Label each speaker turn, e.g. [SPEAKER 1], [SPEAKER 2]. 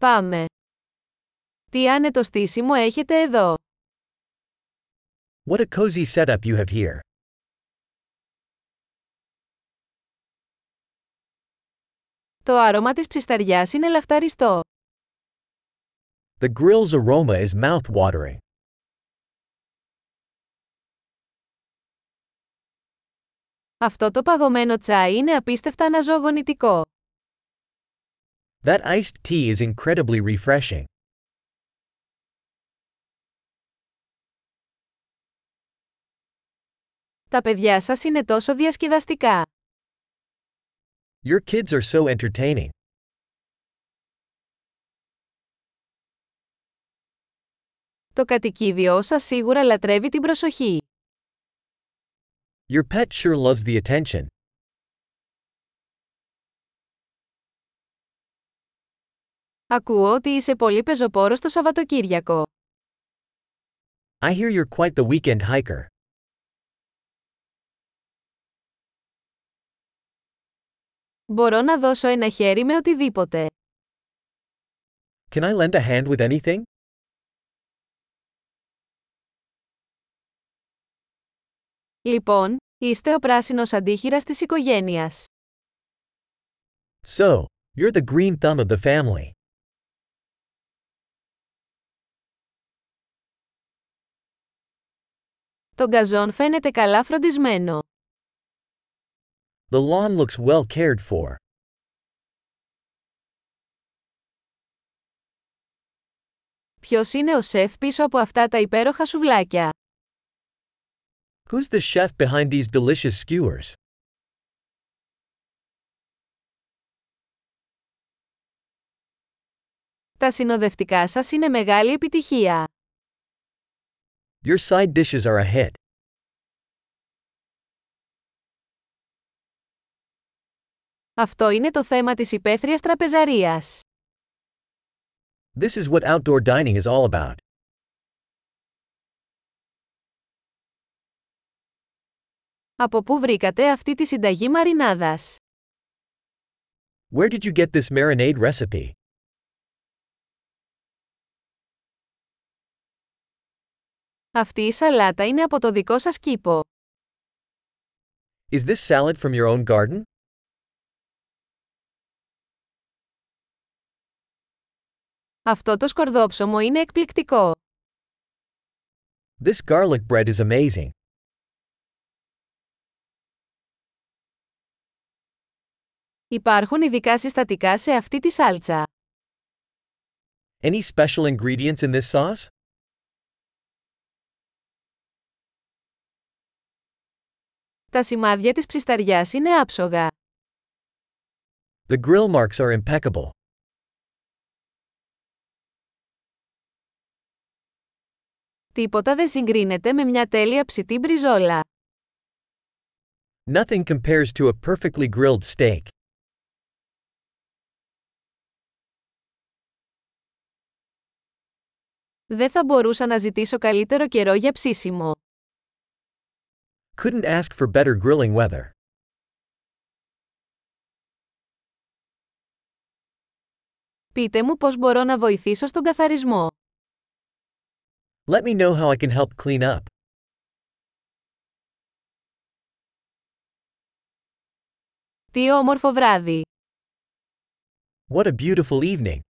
[SPEAKER 1] Πάμε. Τι άνετο στήσιμο έχετε εδώ.
[SPEAKER 2] What a cozy setup you have here.
[SPEAKER 1] Το άρωμα της ψισταριάς είναι λαχταριστό.
[SPEAKER 2] The grill's aroma is mouth-watering.
[SPEAKER 1] Αυτό το παγωμένο τσάι είναι απίστευτα αναζωογονητικό.
[SPEAKER 2] That iced tea is incredibly refreshing.
[SPEAKER 1] Τα παιδιά σας είναι τόσο διασκεδαστικά.
[SPEAKER 2] Your kids are so entertaining.
[SPEAKER 1] Το κατοικίδιό σας σίγουρα λατρεύει την προσοχή.
[SPEAKER 2] Your pet sure loves the attention.
[SPEAKER 1] Ακούω ότι είσαι πολύ πεζοπόρος το Σαββατοκύριακο.
[SPEAKER 2] I hear you're quite the weekend hiker.
[SPEAKER 1] Μπορώ να δώσω ένα χέρι με οτιδήποτε.
[SPEAKER 2] Can I lend a hand with anything?
[SPEAKER 1] Λοιπόν, είστε ο πράσινος αντίχειρας της οικογένειας.
[SPEAKER 2] So, you're the green thumb of the family.
[SPEAKER 1] Το γκαζόν φαίνεται καλά φροντισμένο.
[SPEAKER 2] The lawn looks well cared for.
[SPEAKER 1] Ποιος είναι ο σεφ πίσω από αυτά τα υπέροχα σουβλάκια.
[SPEAKER 2] Who's the chef behind these delicious skewers?
[SPEAKER 1] Τα συνοδευτικά σας είναι μεγάλη επιτυχία.
[SPEAKER 2] Your side dishes are a hit.
[SPEAKER 1] Αυτό είναι το θέμα της υπαίθριας τραπεζαρίας.
[SPEAKER 2] This is what outdoor dining is all about.
[SPEAKER 1] Από πού βρήκατε αυτή τη συνταγή μαρινάδας.
[SPEAKER 2] Where did you get this marinade recipe?
[SPEAKER 1] Αυτή η σαλάτα είναι από το δικό σας κήπο.
[SPEAKER 2] Is this salad from your own garden?
[SPEAKER 1] Αυτό το σκορδόψωμο είναι εκπληκτικό.
[SPEAKER 2] This garlic bread is amazing.
[SPEAKER 1] Υπάρχουν ειδικά συστατικά σε αυτή τη σάλτσα.
[SPEAKER 2] Any special ingredients in this sauce?
[SPEAKER 1] Τα σημάδια της ψισταριάς είναι άψογα.
[SPEAKER 2] The grill marks are impeccable.
[SPEAKER 1] Τίποτα δεν συγκρίνεται με μια τέλεια ψητή μπριζόλα.
[SPEAKER 2] Nothing compares to a perfectly grilled steak.
[SPEAKER 1] Δεν θα μπορούσα να ζητήσω καλύτερο καιρό για ψήσιμο.
[SPEAKER 2] Couldn't ask for better grilling weather.
[SPEAKER 1] Πείτε μου πώς μπορώ να βοηθήσω στον καθαρισμό.
[SPEAKER 2] Let me know how I can help clean up.
[SPEAKER 1] Τι όμορφο βράδυ!
[SPEAKER 2] What a beautiful evening!